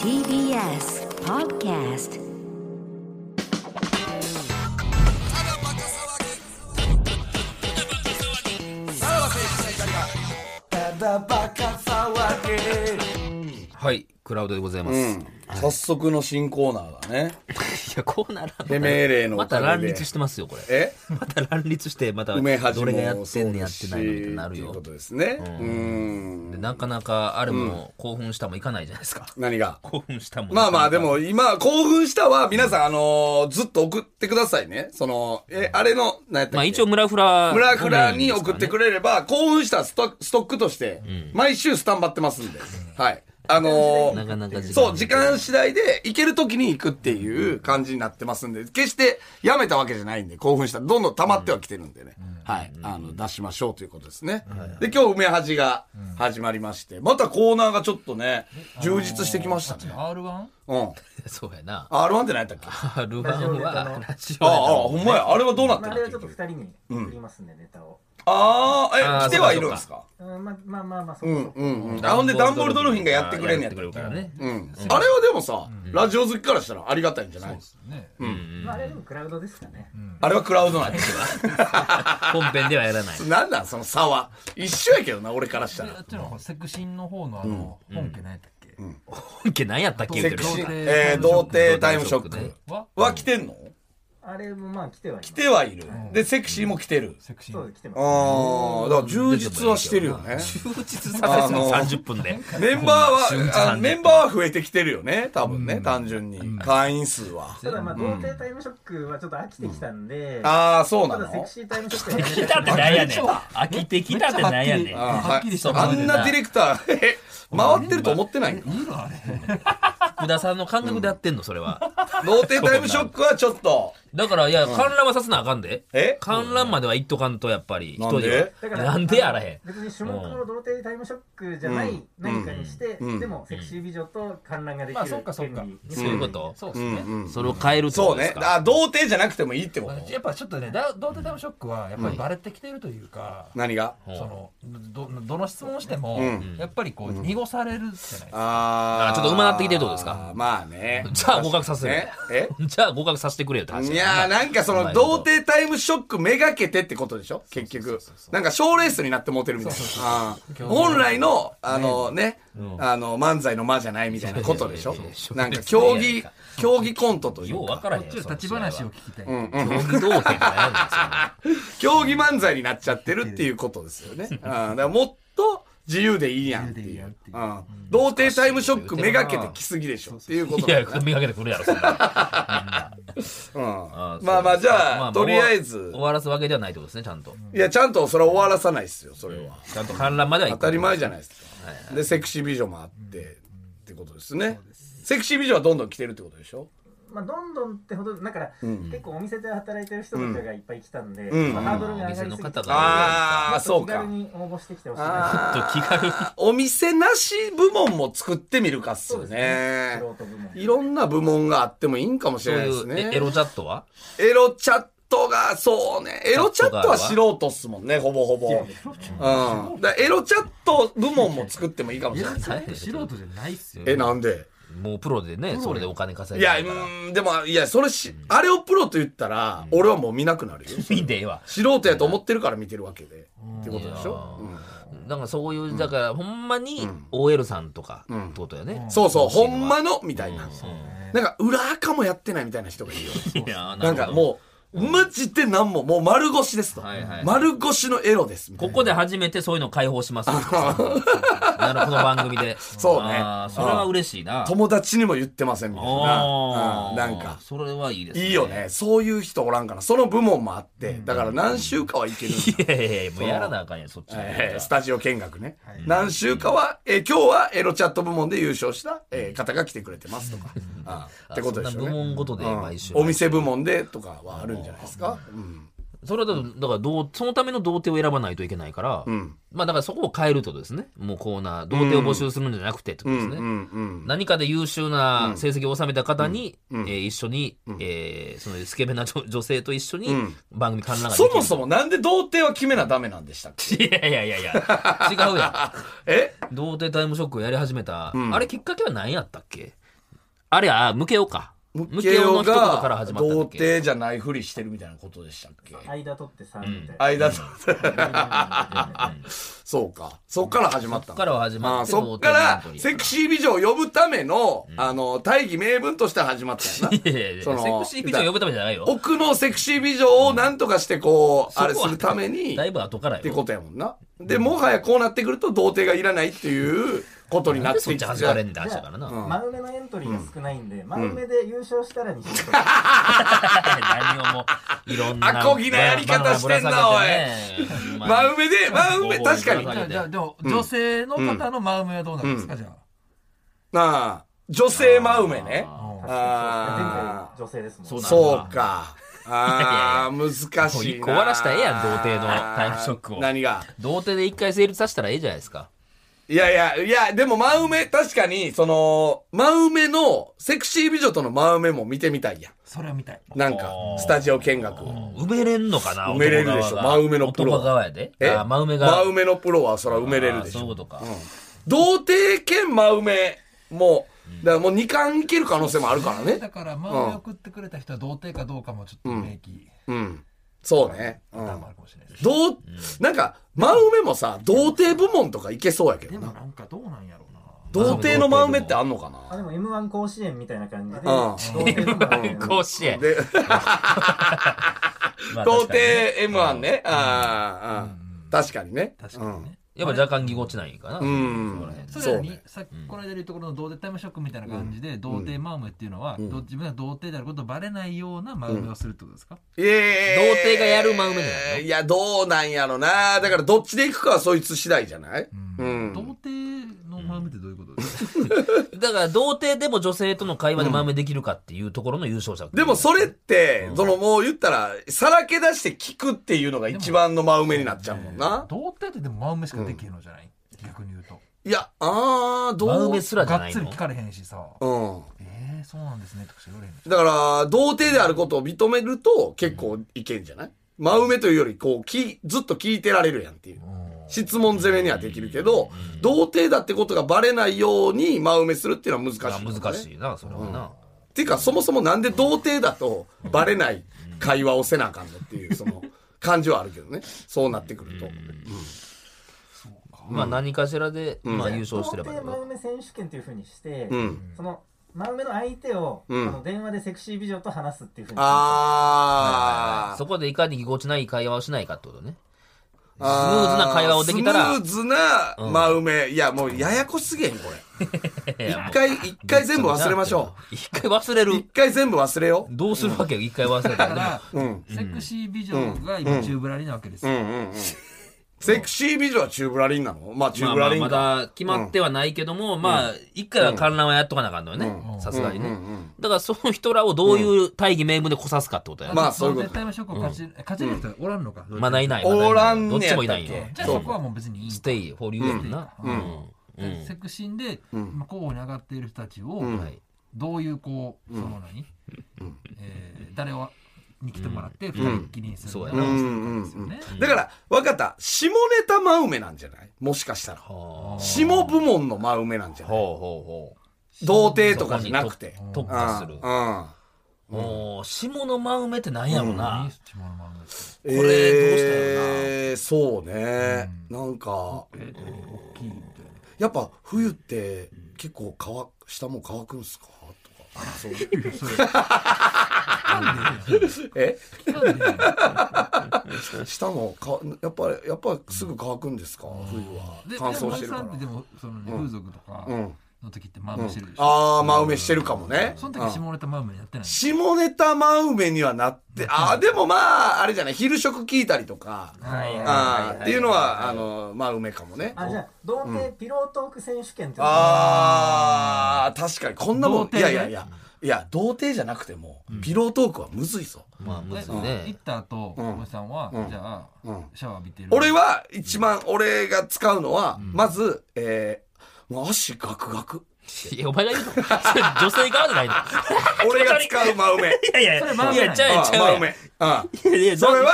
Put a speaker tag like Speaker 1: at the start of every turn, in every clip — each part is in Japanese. Speaker 1: TBS Podcast
Speaker 2: はい、クラウドでございます。い
Speaker 3: 早速の新コーナーだね。
Speaker 2: や、こうならん
Speaker 3: 手命令のお
Speaker 2: ま
Speaker 3: か
Speaker 2: た
Speaker 3: げで
Speaker 2: 乱立してますよ、これ。
Speaker 3: え
Speaker 2: また乱立して、また、ど
Speaker 3: 梅
Speaker 2: れ
Speaker 3: はじも
Speaker 2: がやってんね
Speaker 3: そうだ
Speaker 2: んやって
Speaker 3: し
Speaker 2: ないのってなる
Speaker 3: っていう
Speaker 2: よ
Speaker 3: こ。とですね。うん。
Speaker 2: でなかなか、あれも興奮したもいかないじゃないですか。
Speaker 3: 何が
Speaker 2: 興奮したも。
Speaker 3: まあまあ、で
Speaker 2: なか
Speaker 3: も今、興奮したは、皆さん、あのーずっと送ってくださいね。その、え、あれの、何やったっ
Speaker 2: なか。
Speaker 3: け
Speaker 2: まあ一応、村フ ラ。
Speaker 3: 村フラに送ってく
Speaker 2: れ。
Speaker 3: れれば、興奮したストストックとして、毎週スタンバってますんで。はい。あのー
Speaker 2: なかなか時間
Speaker 3: そう、時間次第で行ける時に行くっていう感じになってますんで、決してやめたわけじゃないんで、興奮した。どんどん溜まってはきてるんでね。はい。あの、出しましょうということですね。で、今日梅恥が始まりまして、またコーナーがちょっとね、充実してきましたね。
Speaker 4: R1?
Speaker 3: うん。
Speaker 2: そうやな。
Speaker 3: あ R1 って何やったっけあ
Speaker 2: R1 は、ラジ
Speaker 3: あ、
Speaker 2: オ
Speaker 3: ほんまや。あれはどうなって
Speaker 5: まあ、あれ
Speaker 3: る
Speaker 5: はちょっと二人に送りますんで、ネタを。
Speaker 3: ああ、
Speaker 2: あー
Speaker 3: え、来てはいるんですか
Speaker 5: うん、まあまあまあまあ、そううんそう。
Speaker 3: うんうん。
Speaker 2: で。
Speaker 3: あ、ほんで、ダンボールドルフィンがやってくれんねや
Speaker 2: やっ
Speaker 3: った
Speaker 2: て
Speaker 3: っ
Speaker 2: く
Speaker 3: け
Speaker 2: れるからね。
Speaker 3: うん、あれはでもさ、ラジオ好きからしたらありがたいんじゃない、
Speaker 4: ね。
Speaker 5: まあ、あれでもクラウドですかね。
Speaker 3: あれはクラウドなんや
Speaker 2: 本編ではや らない
Speaker 3: け。ど なんなんその差は一緒やけどな俺からした
Speaker 4: や
Speaker 3: ら
Speaker 4: ってるのはセクシーの方のあの、本家何やったっけ、
Speaker 2: 本家何やったっけ言う
Speaker 3: セ
Speaker 2: て
Speaker 3: ク
Speaker 2: る
Speaker 3: シー
Speaker 4: 童貞
Speaker 3: えー童貞タイムショッ
Speaker 2: 童貞タイムショッ
Speaker 3: ク
Speaker 4: は
Speaker 3: は来てんの
Speaker 5: あれもまあ来てはいます。
Speaker 3: 来てはいる、でセクシーも来てる、
Speaker 4: セクシ
Speaker 5: そ
Speaker 4: ー
Speaker 5: う、来てます。
Speaker 3: ああだから充実はしてるよね
Speaker 2: 充実させて
Speaker 3: あの
Speaker 2: 30分で。
Speaker 3: メンバー
Speaker 2: 充
Speaker 3: は
Speaker 2: 実な
Speaker 3: あ
Speaker 2: んで
Speaker 3: メンバーは増えてきてるよね多分ね、単純に、会員数は
Speaker 5: ただまあ、童貞タイムショックはちょっと飽きてきたんで、
Speaker 3: ああそうな
Speaker 5: ただセ
Speaker 3: の
Speaker 5: クシータイムショックはやめ
Speaker 2: 来たってなんやねん。飽きてきたってなん やねん。
Speaker 3: あー
Speaker 4: はっきりした
Speaker 3: あんなディレクター え回ってると思ってないんか
Speaker 2: 福田さんの感覚でやってんの、それは。
Speaker 3: 童貞タイムショックはちょっと
Speaker 2: だから、いや、観覧はさせなあかんで。
Speaker 3: え
Speaker 2: 観覧までは行っとかんと、やっぱり。
Speaker 3: なんで
Speaker 2: 一人はなんでやらへん。
Speaker 5: 別に種目の童貞タイムショックじゃない何かにして、でもセクシー美女と観覧ができ
Speaker 4: ま
Speaker 5: る
Speaker 4: あそっかそっか
Speaker 5: 権利
Speaker 2: そういうこと、
Speaker 4: そうですね、
Speaker 2: それを変えるってこ
Speaker 3: そ
Speaker 2: と
Speaker 3: う
Speaker 2: で
Speaker 3: ね
Speaker 2: す。か。
Speaker 3: あ、童貞じゃなくてもいいってこと。
Speaker 4: やっぱちょっとねだ童貞タイムショックはやっぱりバレてきてるというか、
Speaker 3: 何が
Speaker 4: そのどどの質問をしても、やっぱりこう濁されるじゃないですか、
Speaker 3: あ
Speaker 2: あちょっと馬なってきてるってことですか
Speaker 3: まあね。
Speaker 2: じゃあ合格させる
Speaker 3: ね。え
Speaker 2: じゃあ合格させてくれよって話
Speaker 3: いやーなんかその童貞タイムショックめがけてってことでしょ結局なんか賞ーレースになってモテるみたいなあー本来のあのねあの漫才の間じゃないみたいなことでしょ
Speaker 2: そうそうそう
Speaker 3: なんか競技競技コントとい
Speaker 2: よう
Speaker 3: う
Speaker 2: 分
Speaker 3: か
Speaker 2: からへん
Speaker 4: こっちの立ち話を聞きたい、
Speaker 2: 競 技童貞じゃ
Speaker 3: 競技漫才になっちゃってるっていうことですよねあーだからもっと自由でいいやんって
Speaker 4: 自由でいい
Speaker 3: い
Speaker 4: やんっ
Speaker 3: う
Speaker 4: ていう
Speaker 3: うん童貞タイムショックめがけてきすぎでしょっていうこ
Speaker 2: ない
Speaker 3: とだ
Speaker 2: んですよ。いや、見かけてくるやろ、そん
Speaker 3: うん
Speaker 2: な。あそう
Speaker 3: まあまあじゃあ、
Speaker 2: ま
Speaker 3: とりあえず
Speaker 2: 終わらすわけではないってことですね、ちゃんと。
Speaker 3: いやちゃんとそれは終わらさないですよそれは、
Speaker 2: ちゃんと観覧までは行
Speaker 3: 当
Speaker 2: く
Speaker 3: たり前じゃないですか、でセクシー美女もあって、ってことですねセクシー美女はどんどん来てるってことでしょ
Speaker 5: まあ、どんどんってほどだから、結構お店で働いてる人とかがいっぱい来たんで、
Speaker 3: ん
Speaker 5: まあハードル
Speaker 2: お
Speaker 5: が上
Speaker 2: 店
Speaker 5: がり
Speaker 2: の
Speaker 5: すぎて、
Speaker 2: 方が
Speaker 3: ああそう
Speaker 5: 気
Speaker 3: か
Speaker 5: 軽に応募してきてほしいな
Speaker 3: あ
Speaker 2: ちょっと気軽に
Speaker 3: ーお店なし部門も作ってみるかっすよね
Speaker 5: 素人部門
Speaker 3: いろんな部門があってもいいんかもし
Speaker 2: そう
Speaker 3: れないです
Speaker 2: い
Speaker 3: ね
Speaker 2: うエロチャットは
Speaker 3: エロチャットがそうねエロチャットは素人っすもんねほぼほぼ、うん、だからエロチャット部門も作ってもいいかもしれないです
Speaker 2: 大変
Speaker 4: 素人じゃないっすよ
Speaker 3: えなんで
Speaker 2: もうプロでね、それでお金稼い
Speaker 3: い
Speaker 2: で
Speaker 3: や、
Speaker 2: る
Speaker 3: う
Speaker 2: から。
Speaker 3: ーん、でも、いや、それし、あれをプロと言ったら、俺はもう見なくなるよ。
Speaker 2: 見んでええわ。
Speaker 3: 素人やと思ってるから見てるわけで。ってことでしょうん
Speaker 2: だからそういう、だからほんまに OL さんとかってことよね。
Speaker 3: そうそう、ほ
Speaker 2: ん
Speaker 3: んまの、みたいな。なんか、裏垢もやってないみた いな人がいるよ。
Speaker 2: いや
Speaker 3: なんかもう、マジで何も、もう丸腰ですと
Speaker 2: はいはい。
Speaker 3: 丸腰のエロです、みたい
Speaker 2: こ
Speaker 3: な。
Speaker 2: こで初めてそういうの解放しますよ。なるこの番組で。
Speaker 3: そうね
Speaker 2: あーそれは嬉しいな。
Speaker 3: 友達にも言ってません、みたいな。
Speaker 2: お
Speaker 3: う
Speaker 2: ー
Speaker 3: んなんか。
Speaker 2: それはいいですね。
Speaker 3: いいよね。そういう人おらんから。その部門もあって。だから何週かはいけるんだ。
Speaker 2: いやいやいや、もうやらなあかんやん、そっちの方が
Speaker 3: えースタジオ見学ね。何週かは、えー今日はエロチャット部門で優勝した、えー方が来てくれてますとか。あーってことでしょ
Speaker 2: そんな部
Speaker 3: うね。
Speaker 2: 門ごとで毎週。
Speaker 3: お店部門でとかはあるんじゃないですか。うん
Speaker 2: それはだとだからどうそのための童貞を選ばないといけないから、まあだからそこを変えるってことですねもうコーナー童貞を募集するんじゃなくてってことですね、
Speaker 3: うんうん。
Speaker 2: 何かで優秀な成績を収めた方に、えー一緒に、えーそのスケベな女女性と一緒に番組観覧ができ
Speaker 3: そ
Speaker 2: る、
Speaker 3: もそもなんで童貞は決めなダメなんでしたっけ
Speaker 2: いやいやいや いや違うやん
Speaker 3: え
Speaker 2: 童貞タイムショックをやり始めた、あれきっかけは何やったっけあれや、ムケオか。
Speaker 3: ム
Speaker 2: ム
Speaker 3: ケ
Speaker 2: ケオの
Speaker 3: オ
Speaker 2: 一言
Speaker 3: が
Speaker 2: から始まったんだ
Speaker 3: 童
Speaker 2: っけ。
Speaker 3: 貞じゃないふりしてるみたいなことでしたっけ
Speaker 5: 間取ってさ、みたいな。
Speaker 3: 間とそうかそっから始まったの
Speaker 2: そっからは始ま
Speaker 3: あ
Speaker 2: っ
Speaker 3: ー
Speaker 2: て、
Speaker 3: そっからセクシー美女を呼ぶための、あの大義名分として始まったんや
Speaker 2: ー。いやいやいや、セ
Speaker 3: その
Speaker 2: クシービジョン呼ぶためじゃない
Speaker 3: な
Speaker 2: よ。
Speaker 3: 奥のセクシー美女をなんとかしてこう、
Speaker 2: ん
Speaker 3: あれするために
Speaker 2: だい
Speaker 3: っ
Speaker 2: ぶ後からよ。
Speaker 3: てことやもんなでもはやこうなってくると童貞がいらないっていうことにな
Speaker 2: な
Speaker 3: っ
Speaker 2: ん
Speaker 3: て
Speaker 2: で
Speaker 3: きて
Speaker 2: そっち始まれんだ話だからな。
Speaker 5: 真梅のエントリーが少ないんで、真梅で優勝したらにしよ
Speaker 2: 何をもう、いろんな。
Speaker 3: アコギなやり方してんなおい
Speaker 2: い
Speaker 3: 真梅で真梅確かに
Speaker 2: ごぼうに
Speaker 4: じゃあじゃあでも女性の方の真梅はどうなんですか、じゃあ
Speaker 3: なあ女性真梅ね
Speaker 5: う。確
Speaker 3: あ
Speaker 5: かにそう前回女性ですもん。
Speaker 2: そうだ
Speaker 3: そう かあー難しい
Speaker 2: 一
Speaker 3: な
Speaker 2: 個終わらしたらええやん童貞のタイムショックを
Speaker 3: 何が
Speaker 2: 童貞で一回成立させたらええじゃないですか。
Speaker 3: いやいや、いや、でも真梅、確かに、その、真梅の、セクシー美女との真梅も見てみたいやん。
Speaker 4: それは見たい
Speaker 3: なんか、スタジオ見学を。
Speaker 2: 埋めれんのかな
Speaker 3: 埋めれるでしょ
Speaker 2: 男側が
Speaker 3: 真梅のプロは
Speaker 2: 男側やで。あ真梅が。
Speaker 3: 真梅のプロは、そら埋めれるでし
Speaker 2: あーそういう
Speaker 3: ょ。
Speaker 2: ことか。
Speaker 3: 童貞兼真梅も、だからもう2巻いける可能性もあるから
Speaker 4: だ
Speaker 3: ね。
Speaker 4: から真梅送ってくれた人は童貞かどうかもちょっと明記
Speaker 3: うん。そうね。うん
Speaker 4: もあるかもしれないです、
Speaker 3: どう、なんか、真梅もさ、童貞部門とかいけそうやけど
Speaker 4: でも
Speaker 3: な。
Speaker 4: なんかどうなんやろうな
Speaker 3: 童貞の真梅ってあんのかな
Speaker 5: あでも M1 甲子園みたいな感じ
Speaker 3: う
Speaker 5: で、
Speaker 3: ん
Speaker 5: 童貞とか
Speaker 2: 甲子園。
Speaker 3: で、童貞
Speaker 2: まあ確かにね
Speaker 3: M1 ね。あーあー、確かにね。
Speaker 4: 確かにね、
Speaker 2: やっぱ若干ぎこちないんか
Speaker 3: ん
Speaker 2: な。そこら辺
Speaker 4: それなのに、
Speaker 3: そうね
Speaker 4: さっきこの間で言うところの童貞タイムショックみたいな感じで、童貞マウムっていうのは、ど自分が童貞であることをバレないようなマウムをするってことですか、
Speaker 3: いやいやいや
Speaker 2: 童貞がやる真梅じゃないの
Speaker 3: いや、どうなんやろな。だから、どっちで行くかはそいつ次第じゃないうん。
Speaker 4: 童貞のマウムってどういうことですか、
Speaker 2: だから童貞でも女性との会話で真梅できるかっていうところの優勝者。
Speaker 3: でも、それって、その、もう言ったら、さらけ出して聞くっていうのが一番の真梅になっちゃうもんな。
Speaker 4: 童貞ってでもマウムしかできへんのじゃない、逆に言うと
Speaker 3: いや、あー、ど
Speaker 2: 真
Speaker 3: う
Speaker 2: 梅すらじゃ
Speaker 4: が
Speaker 2: な
Speaker 4: っ
Speaker 2: い
Speaker 4: つり
Speaker 2: の
Speaker 4: 聞かれへんしさ、
Speaker 3: うん。
Speaker 4: えー、そうなんですねとかしか言われへんの
Speaker 3: だから、童貞であることを認めると、結構いけんじゃない真梅というより、こう、き、ずっと聞いてられるやんっていう。質問攻めにはできるけど、童貞だってことがバレないように真梅するっていうのは難しい、
Speaker 2: あ難しいな、それはな。
Speaker 3: っていうか、そもそもなんで童貞だとバレない会話をせなあかんのっていう、その、感じはあるけどね。そうなってくると。
Speaker 2: まあ何かしらで、まあ優勝してれ
Speaker 5: 童
Speaker 2: ばいい
Speaker 5: 貞
Speaker 2: よ
Speaker 5: 真梅選手権というふうにして、
Speaker 3: うん。
Speaker 5: その真梅の相手を、
Speaker 3: うん
Speaker 5: あの電話でセクシー美女と話すっていうふうに
Speaker 3: あー。
Speaker 2: そこでいかにぎこちない会話をしないかってことね。スム
Speaker 3: あ
Speaker 2: ーズな会話をできたら
Speaker 3: スムー、ズな真梅。いや、もうややこしすぎへん、これ。一回、一回全部忘れましょ
Speaker 2: う。一回忘れ
Speaker 3: う。
Speaker 2: る
Speaker 3: 一。回全部忘れよ
Speaker 2: どうするわけよ、一回忘れたら。
Speaker 4: だか
Speaker 2: でも
Speaker 4: ら、セクシー美女が今宙ぶらりなわけです
Speaker 3: う。う
Speaker 4: よ、
Speaker 3: んうんうん。セクシー美女はチューブラリンなのまあ、チューブラリン
Speaker 2: まあ
Speaker 3: か。
Speaker 2: まあまだ決まってはないけども、まあ、一回は観覧はやっとかなあかんのよね。さすがにね、だからその人らをどういう大義名分でこさすかってことやね。
Speaker 3: ま
Speaker 2: ま
Speaker 3: あそういうこと
Speaker 4: 絶対のショックを勝ち、勝ちる人はおらんのか。
Speaker 2: あ、ないない。
Speaker 3: おらんね
Speaker 2: どっちもい
Speaker 3: や
Speaker 2: な
Speaker 3: っ
Speaker 2: い
Speaker 3: たっ
Speaker 2: よ
Speaker 3: け。
Speaker 4: じゃあそこはもう別にいい
Speaker 2: ス。テイ、保留やんな。うん。
Speaker 4: でセクシーで、まあ、候補に上がっている人たちを、
Speaker 2: はい。
Speaker 4: どういうこう、その何、えー誰をに来てもらって、二人っきりにするのか
Speaker 2: そうやな
Speaker 4: ですよね。
Speaker 3: だから、わかった。下ネタ真梅なんじゃないもしかしたら。
Speaker 2: ほ
Speaker 3: 下部門の真梅なんじゃ
Speaker 2: う
Speaker 3: ない
Speaker 2: ほうほ
Speaker 3: 童貞
Speaker 2: う。
Speaker 3: とかじゃなくて。
Speaker 2: そこに
Speaker 3: う
Speaker 2: 特
Speaker 3: ん
Speaker 2: 化する。
Speaker 3: うん。
Speaker 2: もう、下の真梅ってなんやろうな。
Speaker 4: 下の漫画です
Speaker 3: こ
Speaker 2: れどうしたよな
Speaker 3: えー、そうね、なんか
Speaker 4: 大きいみたいな。
Speaker 3: やっぱ冬って結構乾く下も乾くんすかとかそういうえ 下もかやっぱりやっぱすぐ乾くんですか冬は
Speaker 4: で、でも、
Speaker 3: 乾燥
Speaker 4: お
Speaker 3: して
Speaker 4: じ
Speaker 3: るか
Speaker 4: さ
Speaker 3: ら
Speaker 4: んってでも、その、風俗とか
Speaker 3: ん
Speaker 4: の時って、マウムしてるでしょ。
Speaker 3: ああ真埋めしてるかもね
Speaker 4: その
Speaker 3: うん
Speaker 4: 時、下ネタマウムやってない。
Speaker 3: 下ネタ真埋めにはなってああでもまああれじゃない昼食聞いたりとか
Speaker 2: はいはい
Speaker 3: あーっていうのはあの真埋めかもね
Speaker 5: あじゃあ童貞ピロートーク選手権っていうの
Speaker 3: あー、確かに、こんなもん、
Speaker 4: 童
Speaker 3: いやい
Speaker 4: 貞ね
Speaker 3: やいや、いや、童貞じゃなくても、ピロートークはむずいぞ。
Speaker 2: まあ、むずい
Speaker 4: で行
Speaker 2: ね
Speaker 4: っ。た後、おじさんは、じゃ
Speaker 3: ん
Speaker 4: あ、シャワー浴びてる。
Speaker 3: 俺は、一番、俺が使うのは、まず、えー、もう足ガクガク。
Speaker 2: いや、お前が言うの。そ れ女性側じゃないの。
Speaker 3: 俺が使う真梅。
Speaker 2: いやいや、
Speaker 4: れ真梅
Speaker 2: いや、ちゃう
Speaker 3: あ
Speaker 2: やん
Speaker 3: あ
Speaker 2: ちゃ
Speaker 3: 真
Speaker 2: うやん。
Speaker 3: 梅。あ
Speaker 2: いやいや、
Speaker 3: それは、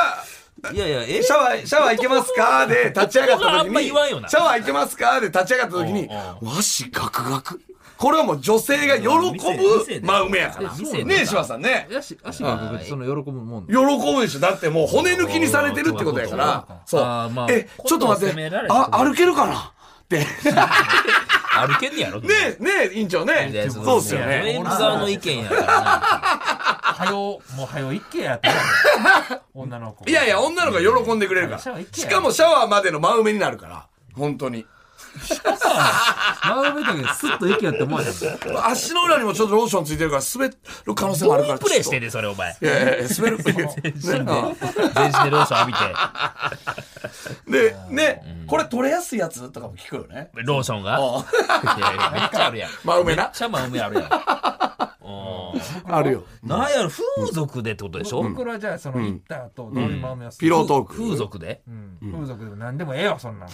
Speaker 2: いやいや、え
Speaker 3: シャワー、シャワー行けますか で立ち上がった
Speaker 2: 男があ
Speaker 3: 時
Speaker 2: んま
Speaker 3: に、シ
Speaker 2: 言
Speaker 3: ャ
Speaker 2: わんよな
Speaker 3: ワー行けますかで立ち上がった時に、
Speaker 2: うん
Speaker 3: 足ガクガク。これはもう女性が喜ぶ真梅やから。
Speaker 2: 店店で
Speaker 3: ねえ、柴田さんね。
Speaker 4: やし、足が僕、その喜ぶもん
Speaker 3: 喜。ぶでしょ。だってもう骨抜きにされてるってことやから。そう
Speaker 2: あーまあ。
Speaker 3: え、ちょっと待っ
Speaker 2: 今度は責
Speaker 3: て
Speaker 2: められ。てる
Speaker 3: あ、歩けるかなって。
Speaker 2: 歩けんねやろ
Speaker 3: ねえ、ねえ、委員長ね
Speaker 2: で。
Speaker 3: そうっすよ
Speaker 2: メイ
Speaker 3: ね
Speaker 2: ン。側の意見やからな。
Speaker 4: はよ、もうはよ、一軒やって。 女の子。
Speaker 3: いやいや、女の子が喜んでくれるか
Speaker 4: シャワー
Speaker 3: ら
Speaker 4: 行。け
Speaker 3: し
Speaker 4: や
Speaker 3: かもシャワーまでの真梅になるから。本当に。
Speaker 4: 真上だけど、スッと駅やって思わへん。
Speaker 3: 足の裏にもちょっとローションついてるから滑る可能性も
Speaker 2: ど
Speaker 3: あ
Speaker 2: う
Speaker 3: る
Speaker 2: い
Speaker 3: か
Speaker 2: う
Speaker 3: ら。
Speaker 2: プレイして
Speaker 3: る
Speaker 2: んねんそれお前。
Speaker 3: いやいやいや、滑る。
Speaker 2: 全身で
Speaker 3: ね
Speaker 2: 全身でローション浴びて。
Speaker 3: で、ね、これ取れやすいやつとかも聞くよね。
Speaker 2: ローションが。いやいやめっちゃあるやん。め
Speaker 3: 真梅な
Speaker 2: っ。ちゃ真梅あるやん。う
Speaker 3: あるよ。
Speaker 2: んなんやろ、風俗でってことでしょ
Speaker 4: 僕らじゃあ、その、行った後、どういう真梅をす
Speaker 3: ピ
Speaker 4: る
Speaker 3: ロートーク。
Speaker 2: 風俗で
Speaker 4: うん風俗でも何でもええよ、そんなん。
Speaker 2: い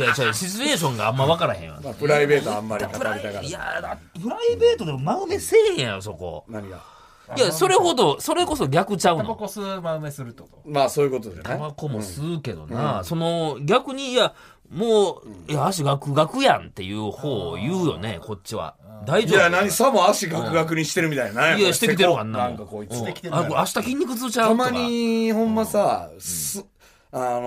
Speaker 2: や、じゃあシチュエーションがあんま分からへんわ。
Speaker 3: まあプライベートあんまり語り
Speaker 2: プ
Speaker 3: た
Speaker 2: ラ
Speaker 3: いから
Speaker 2: イい。やだプライベートでも真梅せえへんやろそこ
Speaker 3: 何が
Speaker 2: いやそれほどそれこそ逆ちゃう
Speaker 4: タバコ
Speaker 2: の
Speaker 4: 吸う真梅するってこと。
Speaker 3: まあそういうことじゃな
Speaker 2: タ
Speaker 3: い
Speaker 2: バコも吸うけどな、その逆にいやもういや足ガクガクやんっていう方を言うよねこっちは大
Speaker 3: い
Speaker 2: 丈夫
Speaker 3: や、何さも足ガクガクにしてるみたいな。
Speaker 2: いやしてきてるわ
Speaker 3: わ
Speaker 2: あんな
Speaker 3: な
Speaker 2: も
Speaker 3: んかこう、いつ
Speaker 2: うん
Speaker 3: できてる
Speaker 2: あこれ明日筋肉痛ちゃう
Speaker 3: た
Speaker 2: とか
Speaker 3: まに、ほんまさ、す、あの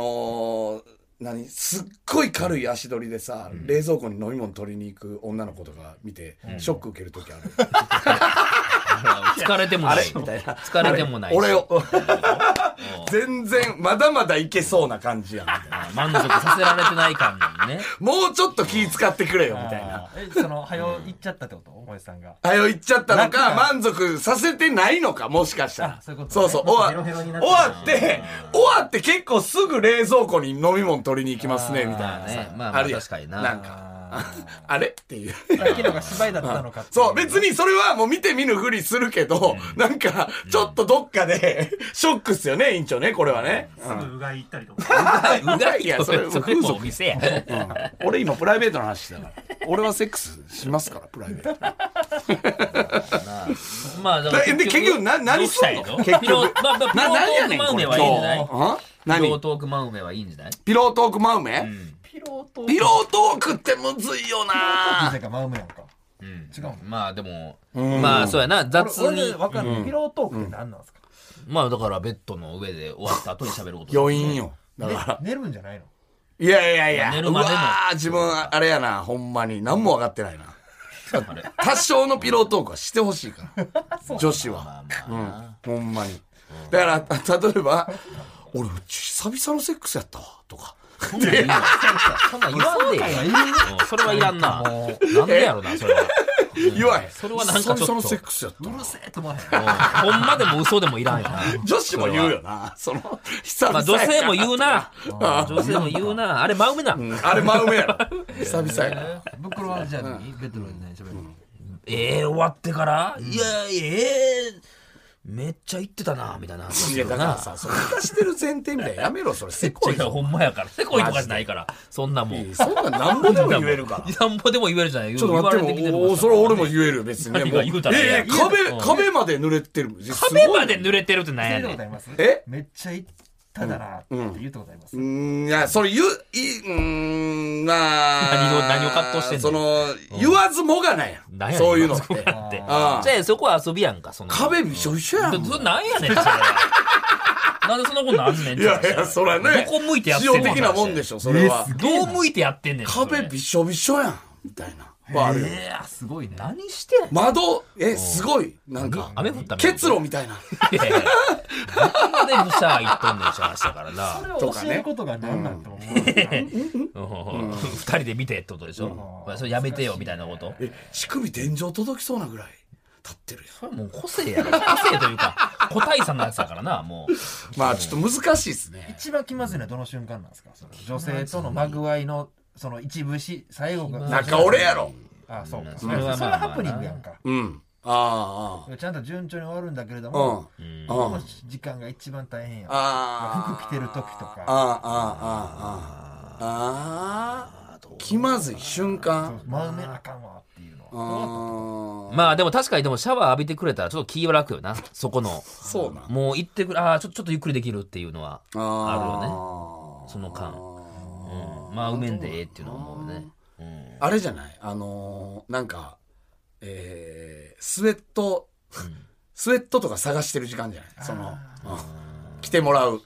Speaker 3: ー、何すっごい軽い足取りでさ、冷蔵庫に飲み物取りに行く女の子とか見て、ショック受ける時ある。
Speaker 2: 疲れてもない
Speaker 3: みたいな
Speaker 2: 疲れてもないし
Speaker 3: 俺を。 全然、まだまだいけそうな感じやん。みたいな
Speaker 2: うん満足させられてない感ね
Speaker 3: もうちょっと気使ってくれよ、みたいな。
Speaker 4: あー。え、その、はよ、行っちゃったってことお前さんが。
Speaker 3: はよ行っちゃったのか、
Speaker 4: なん
Speaker 3: 満足させてないのか、もしかしたら。
Speaker 4: あそういうこと
Speaker 3: そ
Speaker 4: ね
Speaker 3: うそう終わ
Speaker 5: もっとヘロヘロになっ
Speaker 3: 終
Speaker 5: て
Speaker 3: わって、終わって結構すぐ冷蔵庫に飲み物取りに行きますね、みたい
Speaker 2: まあ
Speaker 3: な
Speaker 2: ね
Speaker 3: さ。
Speaker 2: まあまあ
Speaker 3: るやん
Speaker 2: 確かにな
Speaker 3: なんか、
Speaker 4: あ
Speaker 3: あれっていう。
Speaker 4: ーさっきのが芝居だったのかってい
Speaker 3: そう、別にそれはもう見て見ぬふりするけど、なんか、ちょっとどっかで、 ショックっすよね、委員長ね、これはね。
Speaker 5: すぐうがい行ったりとか。
Speaker 2: うが
Speaker 3: い
Speaker 2: い
Speaker 3: や
Speaker 2: や
Speaker 3: そ
Speaker 2: そ
Speaker 3: れ
Speaker 2: れそれもお店や
Speaker 3: うん俺今プライベートの話だから。俺はセックスしますから、プライベート。
Speaker 2: まあだ
Speaker 3: だで結局な何すんの
Speaker 2: どうし
Speaker 3: 結
Speaker 2: たい
Speaker 3: 局
Speaker 2: ピローまあま あピロ
Speaker 3: な、
Speaker 2: ー
Speaker 3: なん
Speaker 2: ト
Speaker 3: や
Speaker 2: ー
Speaker 3: ねん、
Speaker 2: クマウ
Speaker 3: こ
Speaker 2: メ
Speaker 3: れ。
Speaker 2: はいいんじゃない
Speaker 3: 今日うん
Speaker 2: ピロー
Speaker 3: 何
Speaker 2: トークマウメはいいんじゃない
Speaker 3: ピロートークマウメ、
Speaker 4: ピロート
Speaker 3: ピロートークってむずいよな
Speaker 4: ークが真梅やんか。
Speaker 2: うん
Speaker 4: 違うの
Speaker 2: まあでもまあそうやな雑
Speaker 4: 俺
Speaker 2: に
Speaker 4: 俺わかんない。ピロートークって何なんですか
Speaker 2: まあだからベッドの上で終わった後に喋ること
Speaker 3: 余韻よ。だ
Speaker 4: ね
Speaker 3: か
Speaker 4: 寝るんじゃないの
Speaker 3: ら。いやいやいや。
Speaker 2: 寝
Speaker 3: う
Speaker 2: るま
Speaker 3: わ
Speaker 2: での
Speaker 3: ー自分、あれやな、ほんまに。何も分かってないな。
Speaker 2: あれ
Speaker 3: 多少のピロートークはしてほしい から。女子は。
Speaker 2: まあまあ
Speaker 3: ほんまに。だから、例えば、俺、久々のセックスやったわ、とか。
Speaker 2: そんなん言うなそんなん言わんでええうんそれはいらんななんでやろなそれは
Speaker 3: 言わへん。
Speaker 2: それはなんかちょっと
Speaker 3: 久々のセックスやったわ。
Speaker 4: せーと思わへん。
Speaker 2: うんほんまでも嘘でもいらんよ な
Speaker 3: 女子も言うよな。その、久々
Speaker 2: まあ女性も言う
Speaker 3: う。
Speaker 2: な女性も言うなあれ真梅な
Speaker 3: あれ真上やろ。 久々 やから。
Speaker 4: 袋はじゃあ何ベッドの上で何喋るの
Speaker 2: ええ終わってから、いやええめっちゃ言ってたなみたいな話
Speaker 3: いや、
Speaker 2: だよな
Speaker 3: だからさ、それ出してる前提みたいなやめろ、そ れ、せっこい
Speaker 2: 違う
Speaker 3: ぞ。
Speaker 2: ほんまやからせこいとかじゃないからそんなもん
Speaker 3: そんなんなんぼでも言えるから。
Speaker 2: なんぼでも言えるじゃない
Speaker 3: ちょっと待
Speaker 2: 言われ
Speaker 3: っても、
Speaker 2: きる
Speaker 3: お
Speaker 2: の
Speaker 3: おそれ俺も言えるよ、別にね。
Speaker 2: 何
Speaker 3: もう
Speaker 2: が言うたらええやん
Speaker 3: いやいや
Speaker 2: うん
Speaker 3: 壁、壁まで濡れてるもん。
Speaker 2: 壁まで
Speaker 3: す
Speaker 2: 濡れてるってなん
Speaker 4: 聞
Speaker 2: や
Speaker 4: いたこ
Speaker 2: ね
Speaker 4: とあ
Speaker 2: ん
Speaker 4: ります
Speaker 3: え
Speaker 4: めっちゃ行っただなって言ったことあります
Speaker 3: ごい。うーん、いや、それ言う、い、うーん、まあ。
Speaker 2: 何を何を葛藤してんの
Speaker 3: その、言わずもがな
Speaker 2: なん
Speaker 3: や
Speaker 2: やね
Speaker 3: ん。
Speaker 2: ん
Speaker 3: そういうのっ
Speaker 2: そこ
Speaker 3: て。
Speaker 2: やって
Speaker 3: ああ
Speaker 2: じゃあそこは遊びやんかその
Speaker 3: 壁びしょびしょやん。
Speaker 2: そなんやねんそれなんでそんなことなんねん
Speaker 3: いやいや、そらね。
Speaker 2: どこ向いてやってんね
Speaker 3: 使用的なもんでしょ、それは。
Speaker 2: どう向いてやってんねんそれ
Speaker 3: 壁びしょびしょやん。みたいな。はあるよ。
Speaker 4: いやーすごいね。
Speaker 2: 何してん
Speaker 3: 窓、え、すごい。なんか
Speaker 2: の、雨降ったみたいな
Speaker 3: 結露みたいな。
Speaker 2: いやいやいやなんでブシャー言っとんねんしゃしたからな
Speaker 4: それを教えることが何なんと思う。
Speaker 2: うん二人で見てってことでしょ、まあそれやめてよみたいなこと
Speaker 3: え乳首天井届きそうなぐらい立ってるや
Speaker 2: それもう個性やろ個性というか個体差のやつだからなもうん
Speaker 3: まあちょっと難しいですね
Speaker 4: 一番気まずいのはどの瞬間なんですかその女性とのまぐわいのその一部し最後が
Speaker 3: なんか俺やろ
Speaker 4: あそうか
Speaker 2: うん
Speaker 4: それはそれはハプニングやんか
Speaker 3: うんああ
Speaker 4: ちゃんと順調に終わるんだけれど
Speaker 3: ああ
Speaker 4: も
Speaker 3: うん
Speaker 2: ん
Speaker 3: あ
Speaker 4: この
Speaker 3: あ
Speaker 4: 時間が一番大変やん
Speaker 3: あ
Speaker 4: 服着てる時とか
Speaker 3: ああああああ気まずい瞬間
Speaker 4: 真埋めなあかんわっていうのは
Speaker 3: ああ
Speaker 2: まあでも確かにでもシャワー浴びてくれたらちょっと気楽よなそこの
Speaker 3: そうなん
Speaker 2: もう行ってくれああちょちょっとゆっくりできるっていうのは
Speaker 3: あ
Speaker 2: あるよねその間、うん、まあ埋めんでええっていうのは思うね
Speaker 3: あれじゃないあのーなんか、えースウェット、スウェットとか探してる時間じゃないその、うん、着てもらう。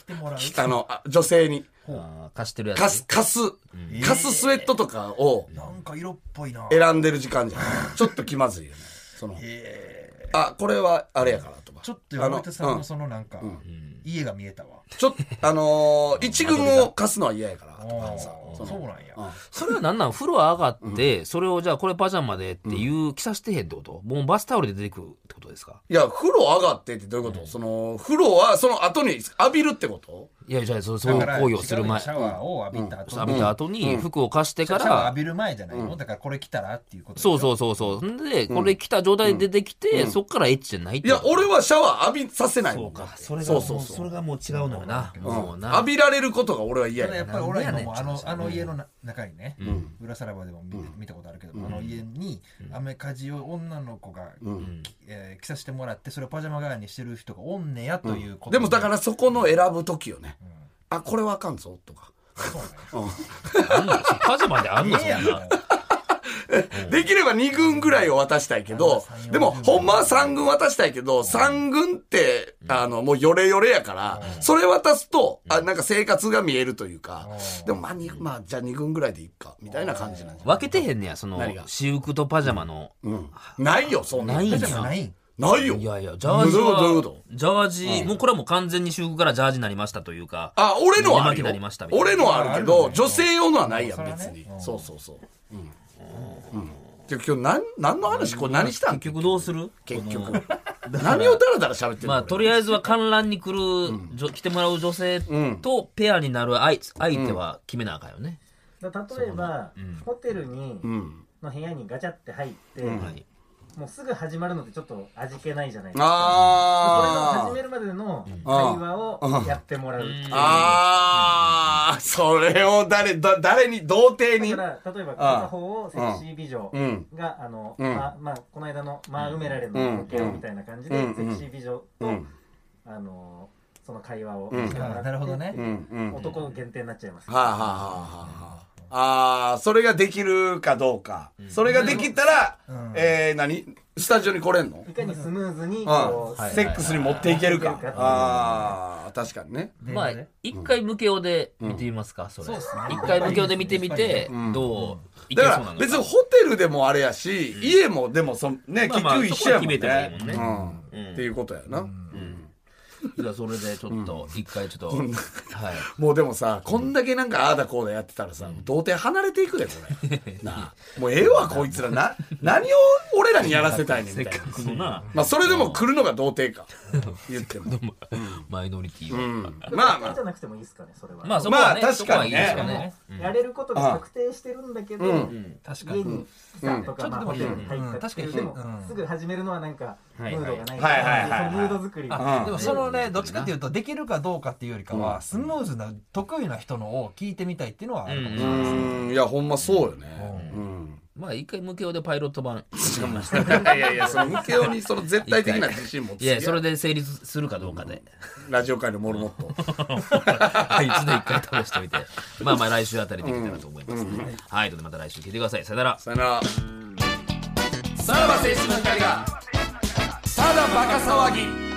Speaker 1: 来てもらう。
Speaker 3: あの、あ女性に。
Speaker 2: あー貸してるやつ
Speaker 3: 貸す、貸す、貸すスウェットとかを
Speaker 1: なんか色っぽいな。
Speaker 3: 選んでる時間じゃないちょっと気まずいよね。その、
Speaker 1: え
Speaker 3: あ、これはあれやからとか。
Speaker 1: ーちょっと山
Speaker 3: あ
Speaker 1: 手さん
Speaker 3: うん
Speaker 1: のそのなんか、家が見えたわ。
Speaker 3: ちょっと、あのー一軍を貸すのは嫌やからとかさ。
Speaker 1: あー
Speaker 3: その
Speaker 1: そうなんや。
Speaker 2: それはなんなん風呂上がって、それをじゃあこれパジャマでっていう着さしてへんってこともうバスタオルで出てくるってことですか
Speaker 3: いや、風呂上がってってどういうこと、その、風呂はその後に浴びるってこと
Speaker 2: いやじゃあそそういう
Speaker 1: だから
Speaker 2: 行為をする前
Speaker 1: シャワーを浴びた後
Speaker 2: 浴
Speaker 1: に
Speaker 2: びた後に服を貸して
Speaker 1: シャ
Speaker 2: か
Speaker 1: ワー
Speaker 2: ら
Speaker 1: 浴びる前じゃないのだからこれ来たらっていうことでし
Speaker 2: そ
Speaker 1: ょ
Speaker 2: うそうそうそうんでこれ着た状態で出てきて、そっからエッチじゃないって
Speaker 3: い
Speaker 2: こと
Speaker 3: や、俺はシャワー浴びさせない
Speaker 2: そ
Speaker 3: も
Speaker 2: うん
Speaker 3: だって
Speaker 2: かそれが
Speaker 3: そうそうそう
Speaker 2: もれがもう違うのよな、もうな
Speaker 3: 浴びられることが俺は嫌
Speaker 1: ただやっ
Speaker 3: やな
Speaker 1: ぱり俺は今もう
Speaker 2: な
Speaker 1: あ
Speaker 2: んでやね
Speaker 1: の
Speaker 2: んちょっと
Speaker 1: あの家のな中にね、裏さらばでも見,、見たことあるけど、あの家にアメカジを女の子が、きえー着させてもらってそれをパジャマ代わりにしてる人がおんねやということ、
Speaker 3: でもだからそこの選ぶ時よね、あこれはあかんぞとか、
Speaker 2: あんのパジャマであんのそん
Speaker 1: 家や
Speaker 2: な
Speaker 1: な
Speaker 3: できれば2軍ぐらいを渡したいけど
Speaker 1: うん
Speaker 3: でもほんまは3軍渡したいけど3軍ってあのもうヨレヨレやからそれ渡すとあなんか生活が見えるというかでもまあにまあじゃあ2軍ぐらいでいっかみたいな感じなんじゃない
Speaker 2: 分けてへんねやその
Speaker 3: 何が
Speaker 2: 私服とパジャマの、
Speaker 3: ないよそんな
Speaker 2: ないん
Speaker 1: パ
Speaker 2: や
Speaker 1: ジャマないん
Speaker 3: ないよ
Speaker 2: いやいやジャージ
Speaker 3: どういうこ
Speaker 2: は
Speaker 3: と
Speaker 2: ジャージ、もうこれはもう完全に私服からジャージになりましたというか
Speaker 3: あ俺のはあ
Speaker 2: 寝巻き
Speaker 3: る
Speaker 2: になり
Speaker 3: よ
Speaker 2: ましたみたいな
Speaker 3: 俺のはあるけ
Speaker 1: ああるよ
Speaker 3: ど
Speaker 1: ね
Speaker 3: 女性用のはないやん
Speaker 1: うん
Speaker 3: 別
Speaker 1: それはね
Speaker 3: にそうそうそううんうんで今日何何の話これ何したん
Speaker 2: 結局どうする
Speaker 3: 結
Speaker 2: こ
Speaker 3: 局
Speaker 2: の
Speaker 3: 何をダラダラ喋ってるの
Speaker 2: まあとりあえずは観覧に来る、じょ来てもらう女性とペアになる相相手は決めなあかんよね、
Speaker 5: だ例えば、ホテルに、
Speaker 3: ん
Speaker 5: の部屋にガチャって入って、
Speaker 2: はい
Speaker 5: もうすぐ始まるのってちょっと味気ないじゃないですか。
Speaker 3: あ
Speaker 5: そ
Speaker 3: ー
Speaker 5: れの始めるまでの会話をやってもらうっていう。
Speaker 3: あーそれを誰だ誰に童貞に
Speaker 5: だから例えば片方をセクシー美女
Speaker 3: うん
Speaker 5: があの、
Speaker 3: うん
Speaker 5: ままあこの間のマーウメラレのロケをみたいな感じで、
Speaker 3: うん
Speaker 5: セクシー美女と、
Speaker 3: うん
Speaker 5: あのその会話をしてもらって、
Speaker 1: あなるほどね
Speaker 3: うんうんは
Speaker 5: 男限定になっちゃいますけ
Speaker 3: あ
Speaker 5: ど、
Speaker 3: はあはあはああーそれができるかどうかそれができたら
Speaker 1: ん
Speaker 3: えー何スタジオに来れんの
Speaker 5: いかにスムーズにこう、
Speaker 3: うんセックスに持っていける
Speaker 5: 持
Speaker 3: か
Speaker 5: っていけるかっていう
Speaker 3: ああ確かにね
Speaker 1: 電
Speaker 2: まあ
Speaker 1: 話で
Speaker 2: 一回無形で見てみますか、それ
Speaker 1: そうっすね
Speaker 2: 一回無形で見てみて、どういけ
Speaker 3: だ
Speaker 2: そう
Speaker 3: か
Speaker 2: な
Speaker 3: ら
Speaker 2: の
Speaker 3: 別にホテルでもあれやし、家もでもそのね、
Speaker 2: まあ
Speaker 3: 結
Speaker 2: まあ
Speaker 3: 局一緒やもんね,、
Speaker 2: そこは決めてもいいも
Speaker 3: うん
Speaker 2: ねうん
Speaker 3: っていうことやな、
Speaker 2: じゃあそれでちょっと一回ちょっと、はい
Speaker 3: もうでもさこんだけなんかああだこうだやってたらさ、童貞離れていくでこれ なあもうええわこいつらな何を俺らにやらせたいねんみたいな
Speaker 2: このな
Speaker 3: まあそれでも来るのが童貞か言っても、
Speaker 2: マイノリティは、
Speaker 3: うん、まあまあ
Speaker 5: じゃなくてもいいですかねそれは、
Speaker 2: まあそこはね、
Speaker 3: まあ
Speaker 2: そこはいいですよ
Speaker 3: 確かに
Speaker 2: ね、
Speaker 5: やれることが確定してるんだけど、
Speaker 1: 確か
Speaker 5: 家
Speaker 1: に、
Speaker 5: に来たとか、
Speaker 1: うん
Speaker 5: まあ、ホテルに入ったっていう、
Speaker 1: うん
Speaker 5: でも、
Speaker 1: うん
Speaker 5: すぐ始めるのはなんか、ム
Speaker 2: はい
Speaker 5: ードがない
Speaker 3: はいはいはいはい
Speaker 5: そのムード作り
Speaker 1: あ
Speaker 3: うん
Speaker 1: でもそのねどっちかっていうとできるかどうかっていうよりかは、スムーズな得意な人のを聞いてみたいっていうのはあるかもしれない、
Speaker 3: うんいやほんまそうよね、うん
Speaker 2: まあ一回無形でパイロット版
Speaker 3: いやいやいや、その向けよにその絶対的な自信持つ。
Speaker 2: いやそれで成立するかどうかで、
Speaker 3: ラジオ界のモルモット。
Speaker 2: はい、一度一回試してみて、まあまあ来週あたりできたらと思いますね、はい、ということでまた来週聞いてください。さよなら。
Speaker 3: さよなら。さらば青春の光が、ただバカ騒ぎ。